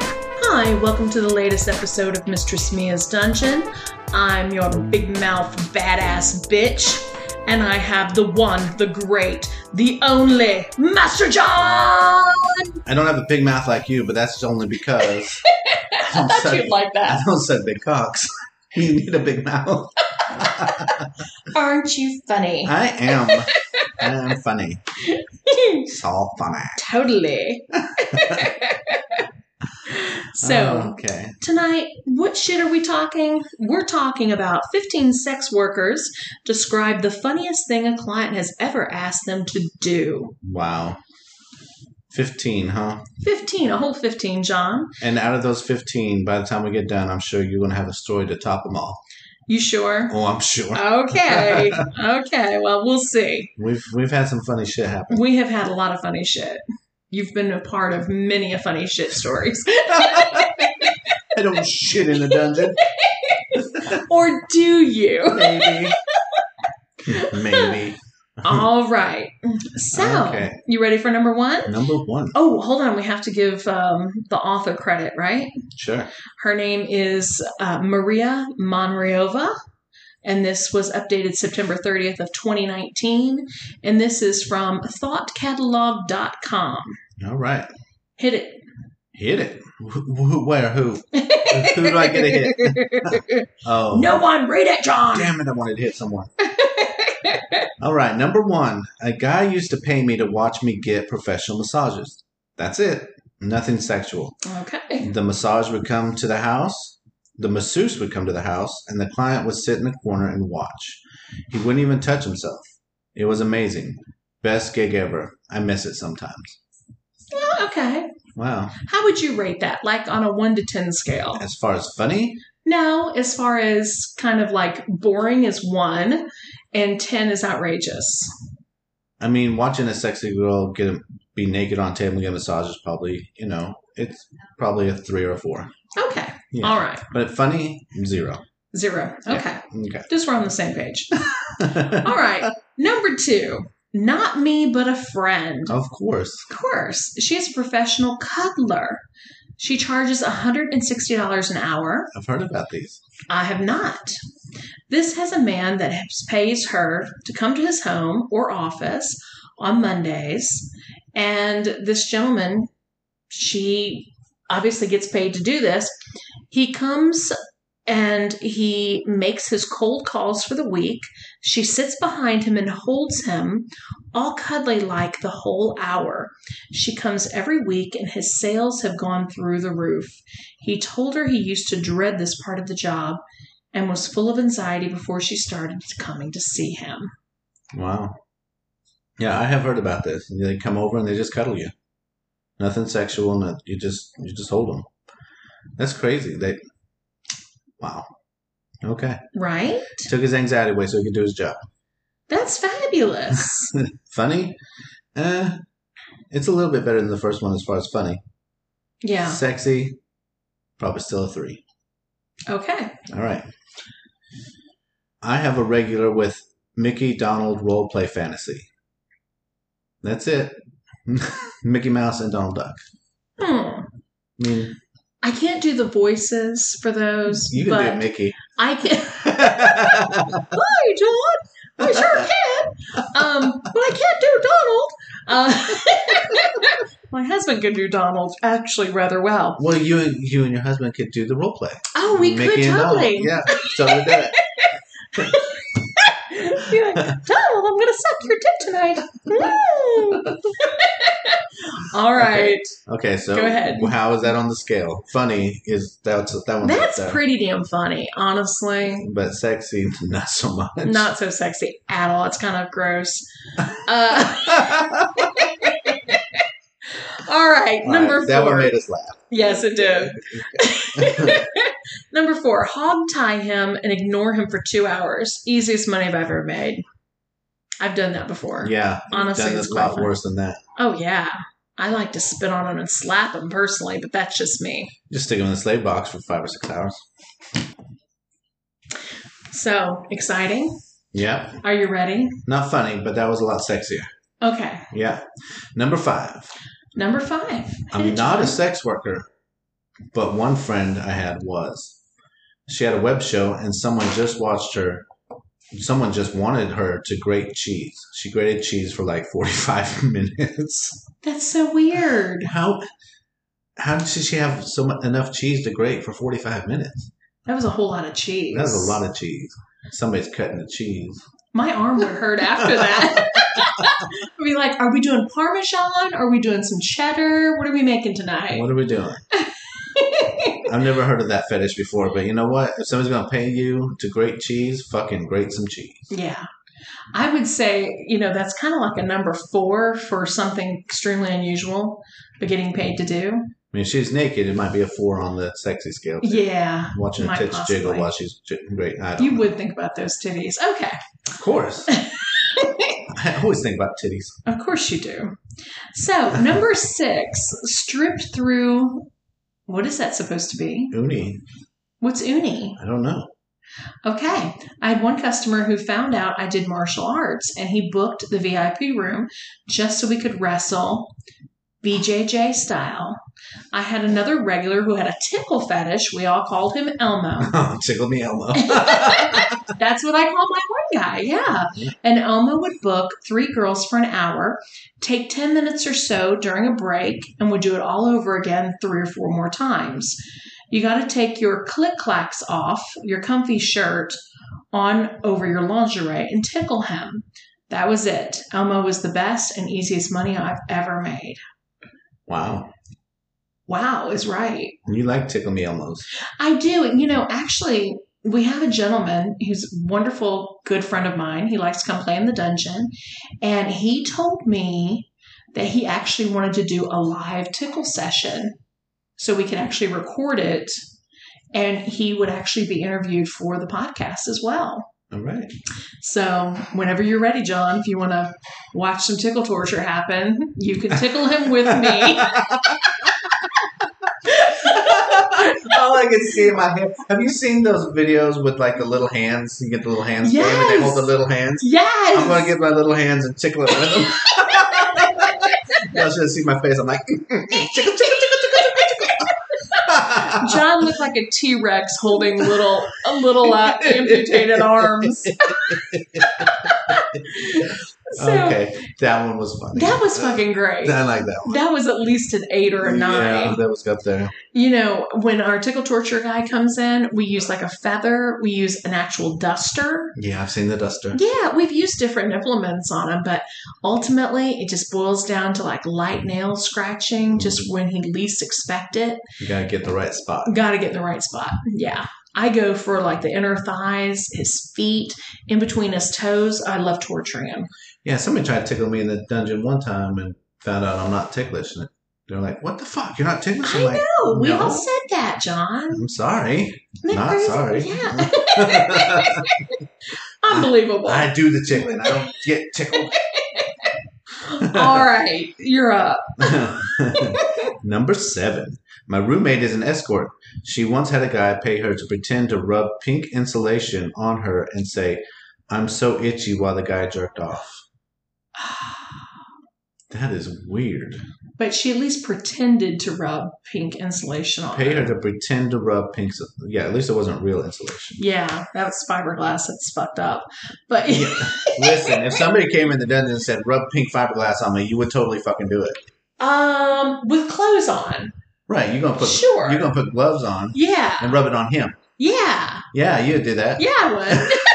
Hi, welcome to the latest episode of Mistress Mia's Dungeon. I'm your big mouth badass bitch, and I have the one, the great, the only Master John! I don't have a big mouth like you, but that's only because I thought you'd like I that. don't say big cocks. you need a big mouth. Aren't you funny? I am. I am funny. It's all funny. totally. so. Oh, okay. Tonight, what shit are we talking? We're talking about 15 sex workers describe the funniest thing a client has ever asked them to do. Wow. Fifteen, huh? 15, a whole 15, John. And out of those fifteen, by the time we get done, I'm sure you're gonna have a story to top them all. You sure? Oh, I'm sure. Okay. Okay. Well, we'll see. We've we've had some funny shit happen. We have had a lot of funny shit. You've been a part of many a funny shit stories. I don't shit in the dungeon, or do you? maybe. maybe All right. So, Okay. you ready for number one? number one. Oh, hold on. We have to give um, the author credit, right? Sure. Her name is uh, Maria Monriova, and this was updated September 30th of 2019. And this is from thoughtcatalog.com. All right. Hit it. Hit it. Wh- wh- where? Who? Who do I get to hit? Oh. no one read it, John. Damn it, I wanted to hit someone. All right, number one. A guy used to pay me to watch me get professional massages. That's it. Nothing sexual. Okay. The massage would come to the house, the masseuse would come to the house, and the client would sit in the corner and watch. He wouldn't even touch himself. It was amazing. Best gig ever. I miss it sometimes. Well, Okay. Wow. How would you rate that? Like on a 1 to 10 scale? As far as funny, No, as far as kind of like boring is 1 and 10 is outrageous. I mean, watching a sexy girl get be naked on table and get a massage is probably, you know, it's probably a three or a four. Okay. Yeah. All right. But funny, zero. 0. Yeah. Okay. Okay. Just we're on the same page. of All right. Number two, not me, but a friend. Oh. course. Of course, she is a professional cuddler. She charges $160 an hour. I've heard about these. I have not. This has a man that has- pays her to come to his home or office on Mondays. And this gentleman, she obviously gets paid to do this. He comes and he makes his cold calls for the week. She sits behind him and holds him, all cuddly like, the whole hour. She comes every week, and his sales have gone through the roof. He told her he used to dread this part of the job and was full of anxiety before she started coming to see him. Wow. Yeah, I have heard about this. They come over and they just cuddle you. Nothing sexual, and you just you just hold them. That's crazy. They. Wow. Okay. Right? Took his anxiety away so he could do his job. That's fabulous. Funny. Uh, it's a little bit better than the first one as far as funny. yeah. Sexy. Probably still a three. Okay. All right. I have a regular with Mickey Donald roleplay fantasy. That's it. Mickey Mouse and Donald Duck. Hmm. I mean, I can't do the voices for those, you but can do Mickey. I can. Hi, John. I sure can. Um, but I can't do Donald. Uh, my husband could do Donald actually rather well. well, you and you and your husband could do the roleplay. Oh, we could Mickey and Donald. totally. Yeah, totally do it. You're like, Donald, I'm gonna suck your dick tonight. Mm. All right, Okay, so Go ahead. How is that on the scale? Funny is that's Oh, that one's up that's there. pretty damn funny, honestly. but sexy not so much. Not so sexy at all. It's kind of gross. Uh, all right, All right, number four. That one made us laugh. yes, it did. Number four, hog tie him and ignore him for two hours. Easiest money I've ever made. I've done that before. yeah, Honestly, done it's this a quite lot fun. worse than that. Oh yeah, I like to spit on him and slap him personally, but that's just me. Just stick them in the slave box for five or six hours. So exciting. Yeah. Are you ready? Not funny, but that was a lot sexier. Okay. Yeah. Number five. Number five. Hit I'm it, not a John. sex worker, but one friend I had was. She had a web show, and someone just watched her. Someone just wanted her to grate cheese. She grated cheese for like 45 minutes. That's so weird. How? How did she have so much, enough cheese to grate for 45 minutes? That was a whole lot of cheese. That was a lot of cheese. Somebody's cutting the cheese. My arm would hurt after that. I'd be like, are we doing Parmesan? Are we doing some cheddar? What are we making tonight? What are we doing? I've never heard of that fetish before, but you know what? If somebody's gonna pay you to grate cheese, fucking grate some cheese. Yeah. I would say, you know, that's kind of like a number four for something extremely unusual, but getting paid to do. I mean, if she's naked, it might be a four on the sexy scale. Yeah. Watching her might tits jiggle possibly. while she's j- great. I don't You know. would think about those titties. Okay. of course. I always think about titties. Of course you do. So, number six, stripped through. What is that supposed to be? Uni, What's uni? I don't know. Okay. I had one customer who found out I did martial arts and he booked the VIP room just so we could wrestle BJJ style. I had another regular who had a tickle fetish. We all called him Elmo. Tickle me Elmo. That's what I call my one guy. Yeah. And Elmo would book three girls for an hour, take 10 minutes or so during a break, and would do it all over again three or four more times. You got to take your click clacks off, your comfy shirt on over your lingerie and tickle him. That was it. Elmo was the best and easiest money I've ever made. wow, Wow is right. you like tickle me Elmos? I do. And, You know, actually, we have a gentleman who's a wonderful, good friend of mine. He likes to come play in the dungeon. And he told me that he actually wanted to do a live tickle session so we could actually record it. And he would actually be interviewed for the podcast as well. All right. So, whenever you're ready, John, if you want to watch some tickle torture happen, you can tickle him with me. All I can see in my head. Have you seen those videos with like the little hands? You get the little hands. game And they hold the Yes. little hands. Yes. I'm gonna get my little hands and tickle it with them. Y'all should see my face. I'm like, tickle, tickle, tickle, John looked like a T Rex holding little a little uh, amputated arms. tickle. so okay, that one was funny. that was fucking great. I like that That was at least an eight or a one. nine. Yeah, that was up there. You know, when our tickle torture guy comes in, we use like a feather, we use an actual duster. Yeah, I've seen the duster. Yeah, we've used different implements on him, but ultimately it just boils down to like light nail scratching, just when he least expect it. You gotta get the right spot. got to get in the right spot. Yeah. I go for like the inner thighs, his feet, in between his toes. I love torturing him. Yeah, somebody tried to tickle me in the dungeon one time and found out I'm not ticklish. And they're like, "What the fuck? You're not ticklish?" I'm I like, know. Oh, We no. all said that, John. I'm sorry. Isn't that Not crazy? sorry. Yeah. Unbelievable. I do the tickling. I don't get tickled. all right. You're up. Number seven. My roommate is an escort. She once had a guy pay her to pretend to rub pink insulation on her and say, I'm so itchy while the guy jerked off. That is weird. But she at least pretended to rub pink insulation on Pay her. her to pretend to rub pink. Yeah, at least it wasn't real insulation. Yeah, that's fiberglass. It's fucked up. But Yeah. Listen, if somebody came in the dungeon and said, rub pink fiberglass on me, you would totally fucking do it. um, with clothes on. Right. You're going to put. Sure. You're gonna put gloves on Yeah. and rub it on him. Yeah. Yeah, you'd do that. Yeah, I would.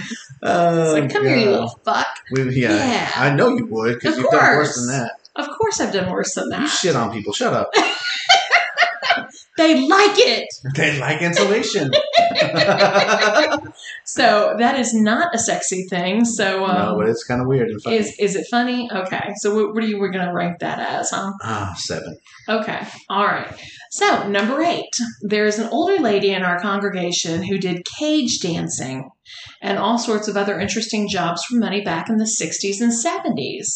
It's Oh, like, come here, you God. little fuck. We, yeah, Yeah. I know you would because Of you've done worse course. than that. Of course, I've done worse than You that. shit on people. Shut up. They like it. they like insulation. So that is not a sexy thing. So no, um, but it's kind of weird. And funny. is is it funny? Okay. So what, what are you we're gonna rank that as? Huh? Ah, seven. Okay. All right. So number eight, there is an older lady in our congregation who did cage dancing and all sorts of other interesting jobs for money back in the '60s and '70s.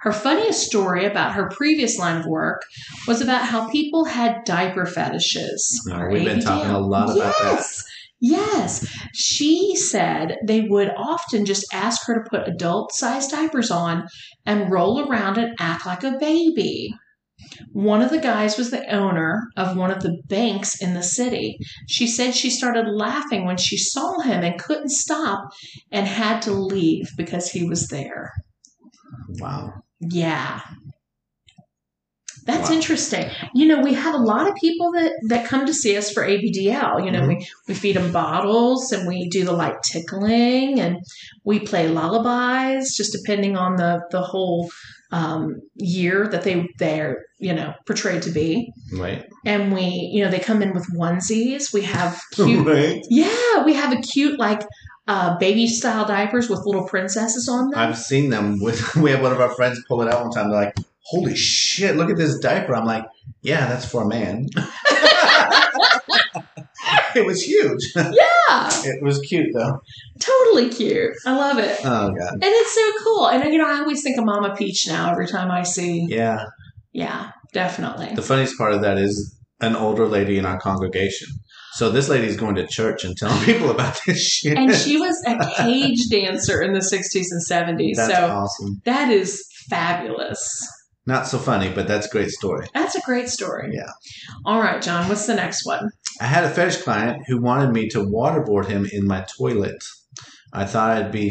Her funniest story about her previous line of work was about how people had diaper fetishes. No, or we've been ABDL. talking a lot about that. Yes. Yes, she said they would often just ask her to put adult sized diapers on and roll around and act like a baby. One of the guys was the owner of one of the banks in the city. She said she started laughing when she saw him and couldn't stop and had to leave because he was there. Wow. Yeah. That's Wow. interesting. You know, we have a lot of people that that come to see us for ABDL. You know, we we feed them bottles and we do the light tickling and we play lullabies, just depending on the the whole um, year that they they're you know portrayed to be. Right. And we you know they come in with onesies. We have cute, right. yeah, we have a cute like uh, baby style diapers with little princesses on them. I've seen them with. We had one of our friends pull it out one time. They're like, "Holy shit! Look at this diaper." I'm like, "Yeah, that's for a man." it was huge. yeah, It was cute though. totally cute. I love it. Oh god. And it's so cool. And you know, I always think of Mama Peach now every time I see. Yeah. Yeah, definitely. The funniest part of that is an older lady in our congregation. So this lady's going to church and telling people about this shit. And she was a cage dancer in the 60s and 70s. that's so awesome. that is fabulous. Not so funny, but that's a great story. That's a great story. Yeah. All right, John, what's the next one? I had a fetish client who wanted me to waterboard him in my toilet. I thought I'd be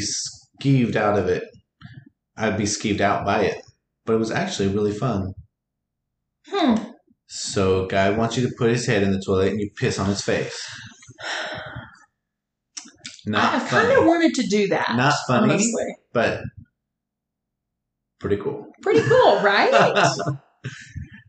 skeeved out of it. I'd be skeeved out by it. But it was actually really fun. Hmm. So guy wants you to put his head in the toilet and you piss on his face. I, Not kind of funny, wanted to do that. Not funny. Honestly. but pretty cool. Pretty cool, right?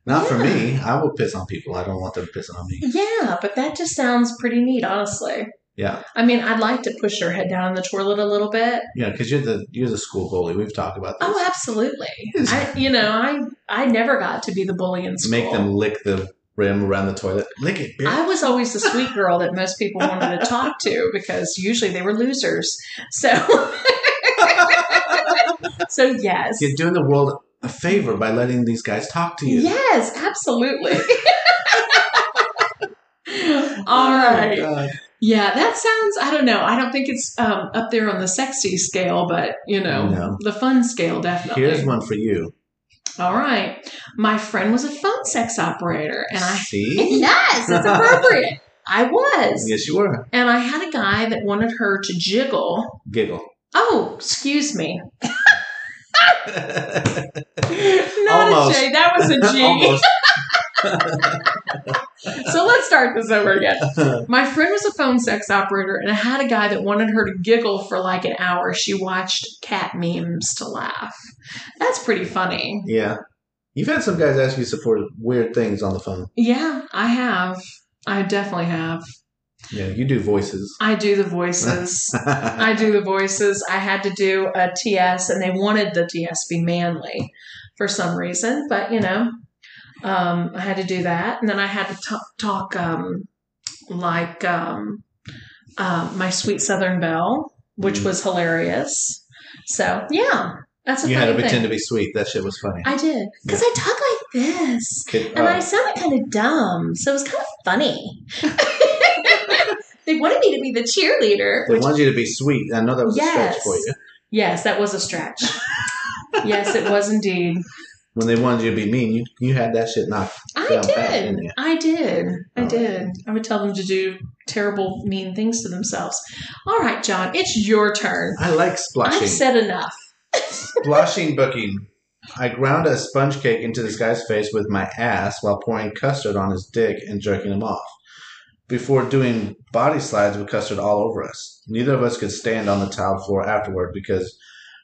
Not for Yeah. me. I will piss on people. I don't want them pissing on me. yeah, but that just sounds pretty neat, honestly. Yeah, I mean, I'd like to push her head down in the toilet a little bit. yeah, because you're the you're the school bully. We've talked about this. Oh, absolutely. I, you know, I I never got to be the bully in school. Make them lick the rim around the toilet. Lick it, bitch. I was always the sweet girl that most people wanted to talk to because usually they were losers. So, so yes, You're doing the world a favor by letting these guys talk to you. yes, absolutely. All right. Oh, God. Yeah, that sounds. I don't know. I don't think it's um, up there on the sexy scale, but you know, No. the fun scale definitely. Here's one for you. All right. My friend was a phone sex operator, and I See? yes, it's appropriate. I was. yes, you were. And I had a guy that wanted her to jiggle. Giggle. Oh, excuse me. Almost. Not a Almost. J. That was a G. so let's start this over again. My friend was a phone sex operator, and I had a guy that wanted her to giggle for like an hour. She watched cat memes to laugh. That's pretty funny. Yeah. You've had some guys ask you some for weird things on the phone. Yeah, I have. I definitely have. Yeah, you do voices. I do the voices. I do the voices. I had to do a TS, and they wanted the TS to be manly for some reason, but you know, um, I had to do that, and then I had to talk, talk um, like um, uh, my sweet Southern Belle, which Mm. was hilarious. So yeah, that's a you had funny to thing. pretend to be sweet. That shit was funny. I did because I talk like this, Kid- and oh. I sounded kind of dumb, so it was kind of funny. they wanted me to be the cheerleader, They which wanted you to be sweet. I know that was a Yes. stretch for you. Yes, that was a stretch. yes, it was indeed. When they wanted you to be mean, you, you had that shit knocked. I Down pat, did. didn't you? Oh. I did. I All right. did. I would tell them to do terrible, mean things to themselves. All right, John, it's your turn. I like I've splashing. said enough. splashing booking. I ground a sponge cake into this guy's face with my ass while pouring custard on his dick and jerking him off. Before doing body slides with custard all over us. Neither of us could stand on the tiled floor afterward because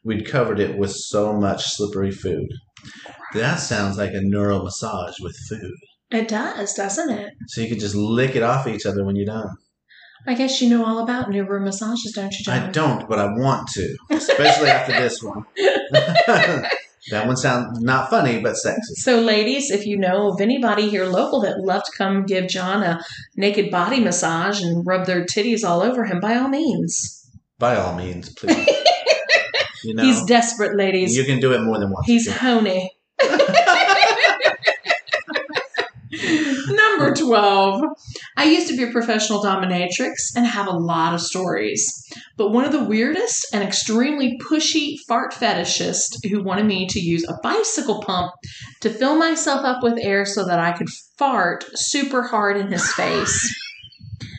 we'd covered it with so much slippery food. That sounds like a neural massage with food. It does, doesn't it? So you could just lick it off each other when you're done. I guess you know all about new room massages, don't you, John? I don't, but I want to, especially after this one. that one sounds not funny, but sexy. So, ladies, if you know of anybody here local that would love to come give John a naked body massage and rub their titties all over him, by all means. By all means, please. You know, He's desperate, ladies. you can do it more than once. He's honey. no, Number 12. I used to be a professional dominatrix and have a lot of stories. But one of the weirdest and extremely pushy fart fetishist who wanted me to use a bicycle pump to fill myself up with air so that I could fart super hard in his face.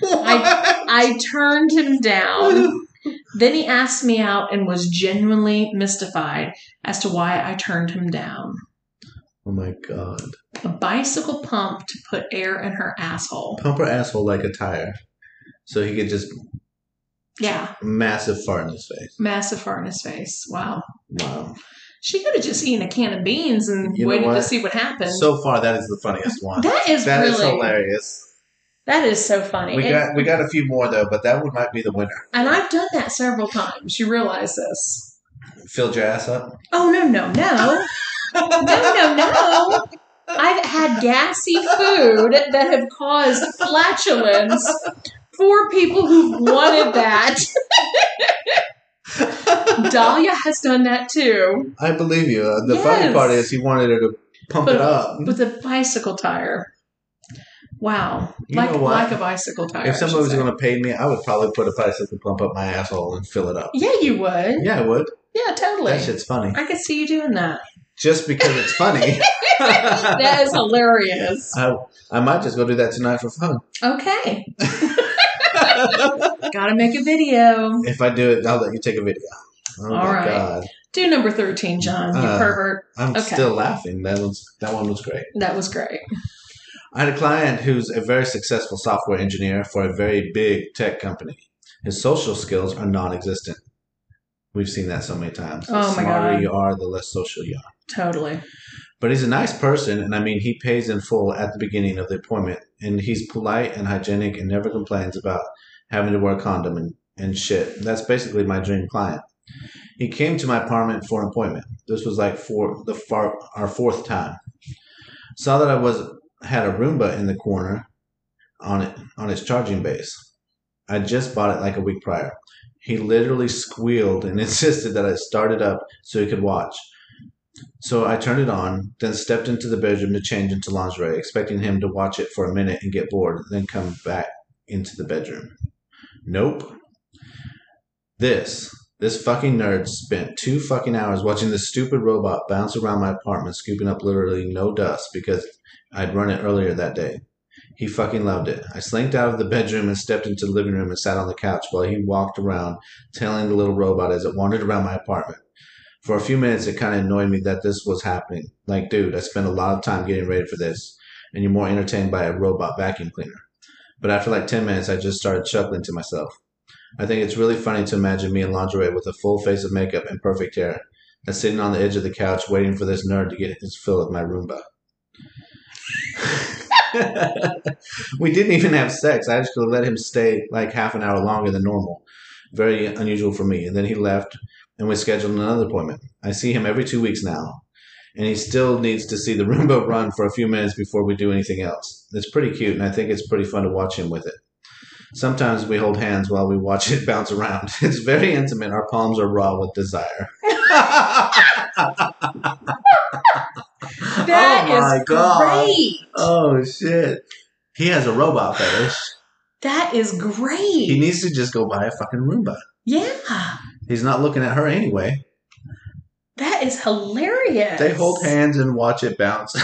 I- I turned him down. Then he asked me out and was genuinely mystified as to why I turned him down. oh my god. A bicycle pump to put air in her asshole. Pump her asshole like a tire. So he could just Yeah, massive fart in his face. massive fart in his face. Wow. Wow. She could have just eaten a can of beans and You know waited to what? see what happened. So far that is the funniest one. that is That is really hilarious. that is so funny. We and, got we got a few more though, but that one might be the winner. and I've done that several times. You realize this. Filled your ass up. Oh no no no. No no no. I've had gassy food that have caused flatulence for people who wanted that. Dahlia has done that too I believe you. Uh, The Yes. funny part is he wanted her to pump But- it up. with a bicycle tire. Wow. You like know what? like a bicycle tire. I If should someone was say. going to pay me, I would probably put a bicycle pump up my asshole and fill it up. Yeah, you would. Yeah, I would. Yeah, totally. That shit's funny. I could see you doing that. Just because it's funny, I, That is hilarious. I might just go do that tonight for fun. Okay. Gotta make a video. If I do it, I'll let you take a video. Oh my right. god, Do number 13, John, you Uh. pervert. I'm Okay. still laughing. That was that one was great. That was great. I had a client who's a very successful software engineer for a very big tech company. His social skills are non-existent. We've seen that so many times. The Oh my smarter God. you are, the less social you are. Totally. But he's a nice person, and I mean, he pays in full at the beginning of the appointment, and he's polite and hygienic and never complains about having to wear a condom and, and shit. That's basically my dream client. He came to my apartment for an appointment. This was like for the far, our fourth time. Saw that I was had a Roomba in the corner on it on its charging base. I just bought it like a week prior. He literally squealed and insisted that I start it up so he could watch. So I turned it on, then stepped into the bedroom to change into lingerie, expecting him to watch it for a minute and get bored, then come back into the bedroom. Nope. This, this fucking nerd spent two fucking hours watching this stupid robot bounce around my apartment, scooping up literally no dust because I'd run it earlier that day. He fucking loved it. I slinked out of the bedroom and stepped into the living room and sat on the couch while he walked around, tailing the little robot as it wandered around my apartment for a few minutes it kind of annoyed me that this was happening like dude i spent a lot of time getting ready for this and you're more entertained by a robot vacuum cleaner but after like 10 minutes i just started chuckling to myself i think it's really funny to imagine me in lingerie with a full face of makeup and perfect hair and sitting on the edge of the couch waiting for this nerd to get his fill of my roomba we didn't even have sex i actually let him stay like half an hour longer than normal very unusual for me and then he left and we scheduled another appointment. I see him every two weeks now, and he still needs to see the Roomba run for a few minutes before we do anything else. It's pretty cute, and I think it's pretty fun to watch him with it. Sometimes we hold hands while we watch it bounce around. It's very intimate. Our palms are raw with desire. That is Oh my God. great. oh shit! He has a robot fetish. That is great. He needs to just go buy a fucking Roomba. yeah. He's not looking at her anyway. That is hilarious. They hold hands and watch it bounce.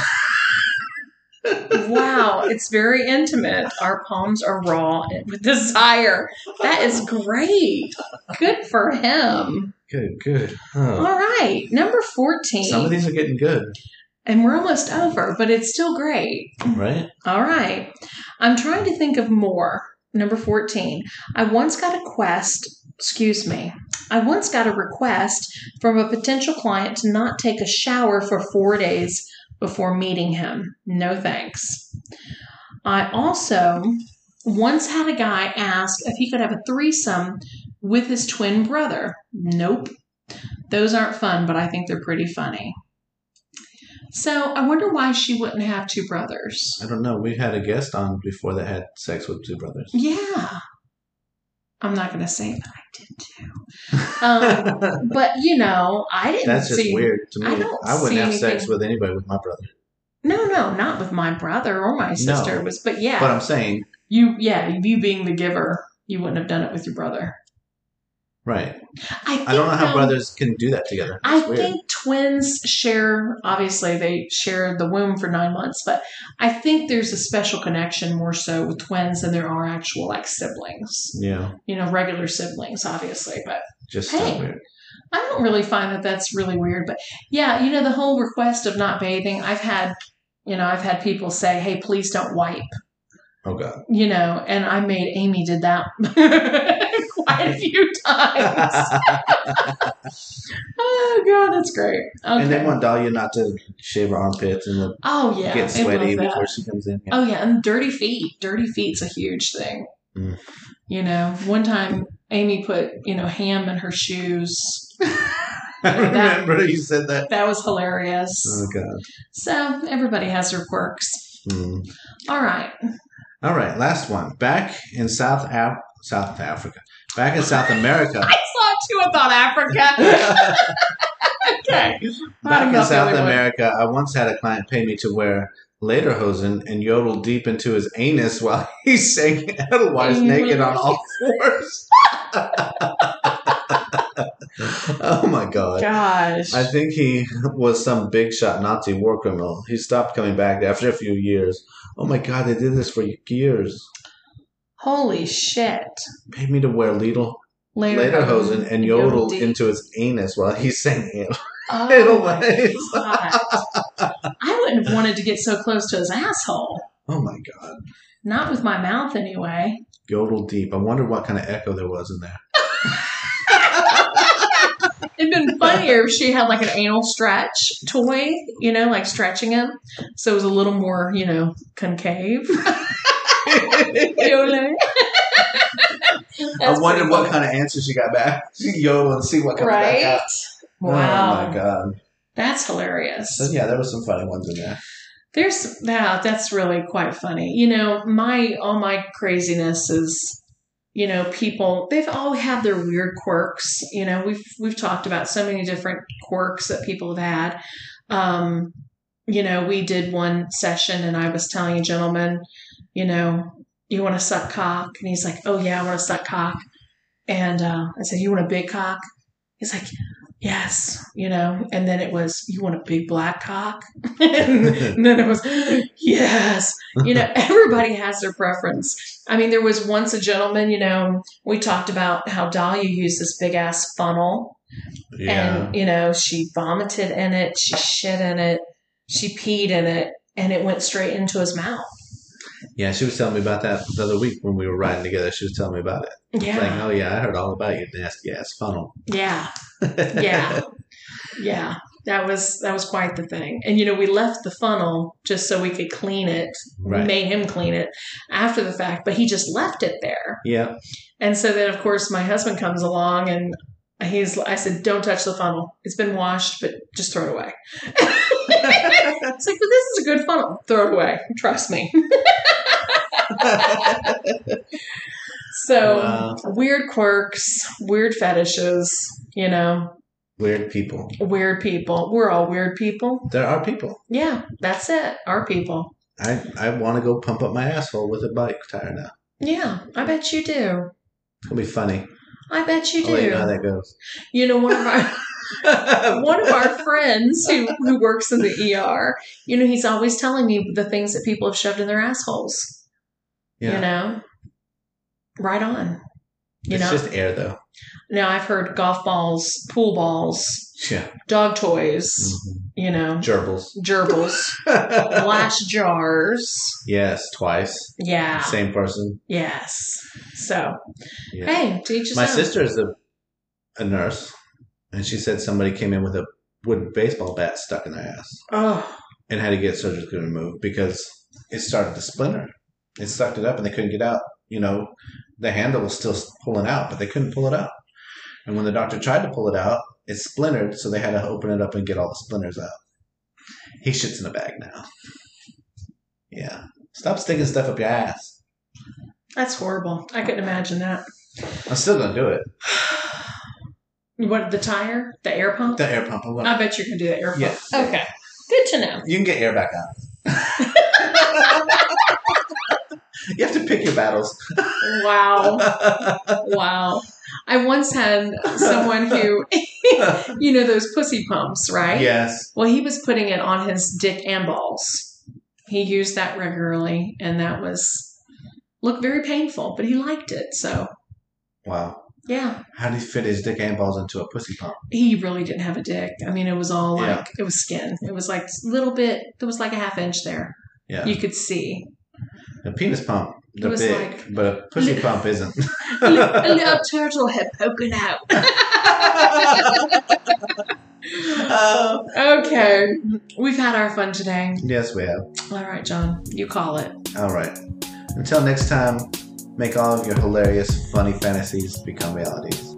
Wow, it's very intimate. Our palms are raw with desire. That is great. Good for him. Good, good. Oh. All right, number 14. Some of these are getting good, and we're almost over, but it's still great. right? All right. I'm trying to think of more. Number 14. I once got a quest, excuse me. I once got a request from a potential client to not take a shower for four days before meeting him. No thanks. I also once had a guy ask if he could have a threesome with his twin brother. Nope. Those aren't fun, but I think they're pretty funny. So I wonder why she wouldn't have two brothers. I don't know. We've had a guest on before that had sex with two brothers. Yeah. I'm not going to say that I did too. Um, but, you know, I didn't That's just see. weird to I me. don't I, wouldn't see have sex anything- with anybody with my brother. No, no, not with my brother or my sister. No. was but yeah, But uh, I'm saying, you yeah you being the giver, you wouldn't have done it with your brother. right. I, think, I don't know how though, brothers can do that together. I It's weird. think twins share. Obviously, they share the womb for nine months, but I think there's a special connection more so with twins than there are actual like siblings. Yeah, You know, regular siblings, obviously, but. just so Hey. weird. I don't really find that that's really weird, but yeah, you know, the whole request of not bathing, I've had, you know, I've had people say, hey, please don't wipe, Oh God. you know, and I made Amy did that quite a few times. oh, God, that's great. Okay. And they want Dahlia not to shave her armpits and look- oh, yeah. get they love sweaty that. before she comes in. Oh yeah, and dirty feet. Dirty feet's a huge thing. Mm. You know, one time Amy put, you know, ham in her shoes. I that- remember you said that. That was hilarious. Oh God. So everybody has their quirks. Mm. All right. All right, last one. Back in South Af- South Africa. Back in South America. I saw it too. I thought Africa. okay. Back know in if South anyone- America, I once had a client pay me to wear lederhosen and yodel deep into his anus while he sang Edelweiss naked on all fours. oh my god. Gosh. I think he was some big shot Nazi war criminal. He stopped coming back after a few years. Oh my god, they did this for years. Holy shit. Paid me to wear ladle Lederhosen and yodeled into his anus while he sang it. oh, Edelweiss. God. I wouldn't have wanted to get so close to his asshole. Oh my god. Not with my mouth, anyway. Yodel deep. I wonder what kind of echo there was in there. It'd been funnier if she had like an anal stretch toy, you know, like stretching it. So it was a little more, you know, concave. I I wonder what kind of answer she got back. She yodeled and see what comes back Right? out. Wow. Oh my god. That's hilarious. So yeah, there was some funny ones in there. There's wow, that's really quite funny. You know, my all my craziness is, you know, people they've all had their weird quirks. You know, we've we've talked about so many different quirks that people have had. Um, you know, we did one session and I was telling a gentleman, you know, you want to suck cock? And he's like, Oh yeah, I want to suck cock. And uh, I said, You want a big cock? He's like, Yes, you know, and then it was, you want a big black cock? And then it was, yes. You know, everybody has their preference. I mean, there was once a gentleman, you know, we talked about how Dahlia used this big ass funnel. yeah. And, you know, she vomited in it, she shit in it, she peed in it, and it went straight into his mouth. Yeah, she was telling me about that the other week when we were riding together. She was telling me about it. Yeah. Like, oh yeah, I heard all about your nasty ass funnel. Yeah. Yeah. yeah. That was that was quite the thing. And you know, we left the funnel just so we could clean it. Right. Made him clean it after the fact, but he just left it there. Yeah. And so then, of course, my husband comes along and he's, I said, don't touch the funnel. It's been washed, but just throw it away. it's like, but this is a good funnel. Throw it away. Trust me. so Wow. weird quirks, weird fetishes, you know, Weird people. weird people. We're all weird people. There are people. Yeah, that's it. Our people. I, I want to go pump up my asshole with a bike tire now. Yeah, I bet you do. It'll be funny. I bet you I'll let you do. know how that goes. You know, one of our. one of our friends who, who works in the ER, you know, he's always telling me the things that people have shoved in their assholes. You know, right on. You it's know, just air though. now I've heard golf balls, pool balls, Yeah. dog toys. Mhm. You know, Gerbils. gerbils, glass jars. yes, twice. Yeah. Same person. Yes. So Yeah. hey, teach us. My sister is a, a nurse, and she said somebody came in with a wooden baseball bat stuck in their ass Oh, and had to get surgically removed because it started to splinter. It sucked it up, and they couldn't get out. You know, the handle was still pulling out, but they couldn't pull it out. And when the doctor tried to pull it out, it splintered, so they had to open it up and get all the splinters out. He shits in a bag now. Yeah. Stop sticking stuff up your ass. that's horrible. I couldn't imagine that. I'm still gonna do it. What the tire, the air pump? The air pump. I'm gonna, I bet you can do the air pump. Yeah. Okay. Good to know. you can get air back on. You have to pick your battles. Wow. Wow. I once had someone who, you know, those pussy pumps, right? Yes. Well, he was putting it on his dick and balls. He used that regularly, and that was looked very painful, but he liked it. So, Wow. yeah, How do you fit his dick and balls into a pussy pump? he really didn't have a dick. I mean, it was all Yeah. like it was skin. It was like a little bit. There was like a half inch there. Yeah. You could see a penis pump. They're was big, like- but a pussy pump isn't. a little, a little turtle head poking out. Okay, we've had our fun today. yes, we have. All right, John, you call it. All right. Until next time, make all of your hilarious, funny fantasies become realities.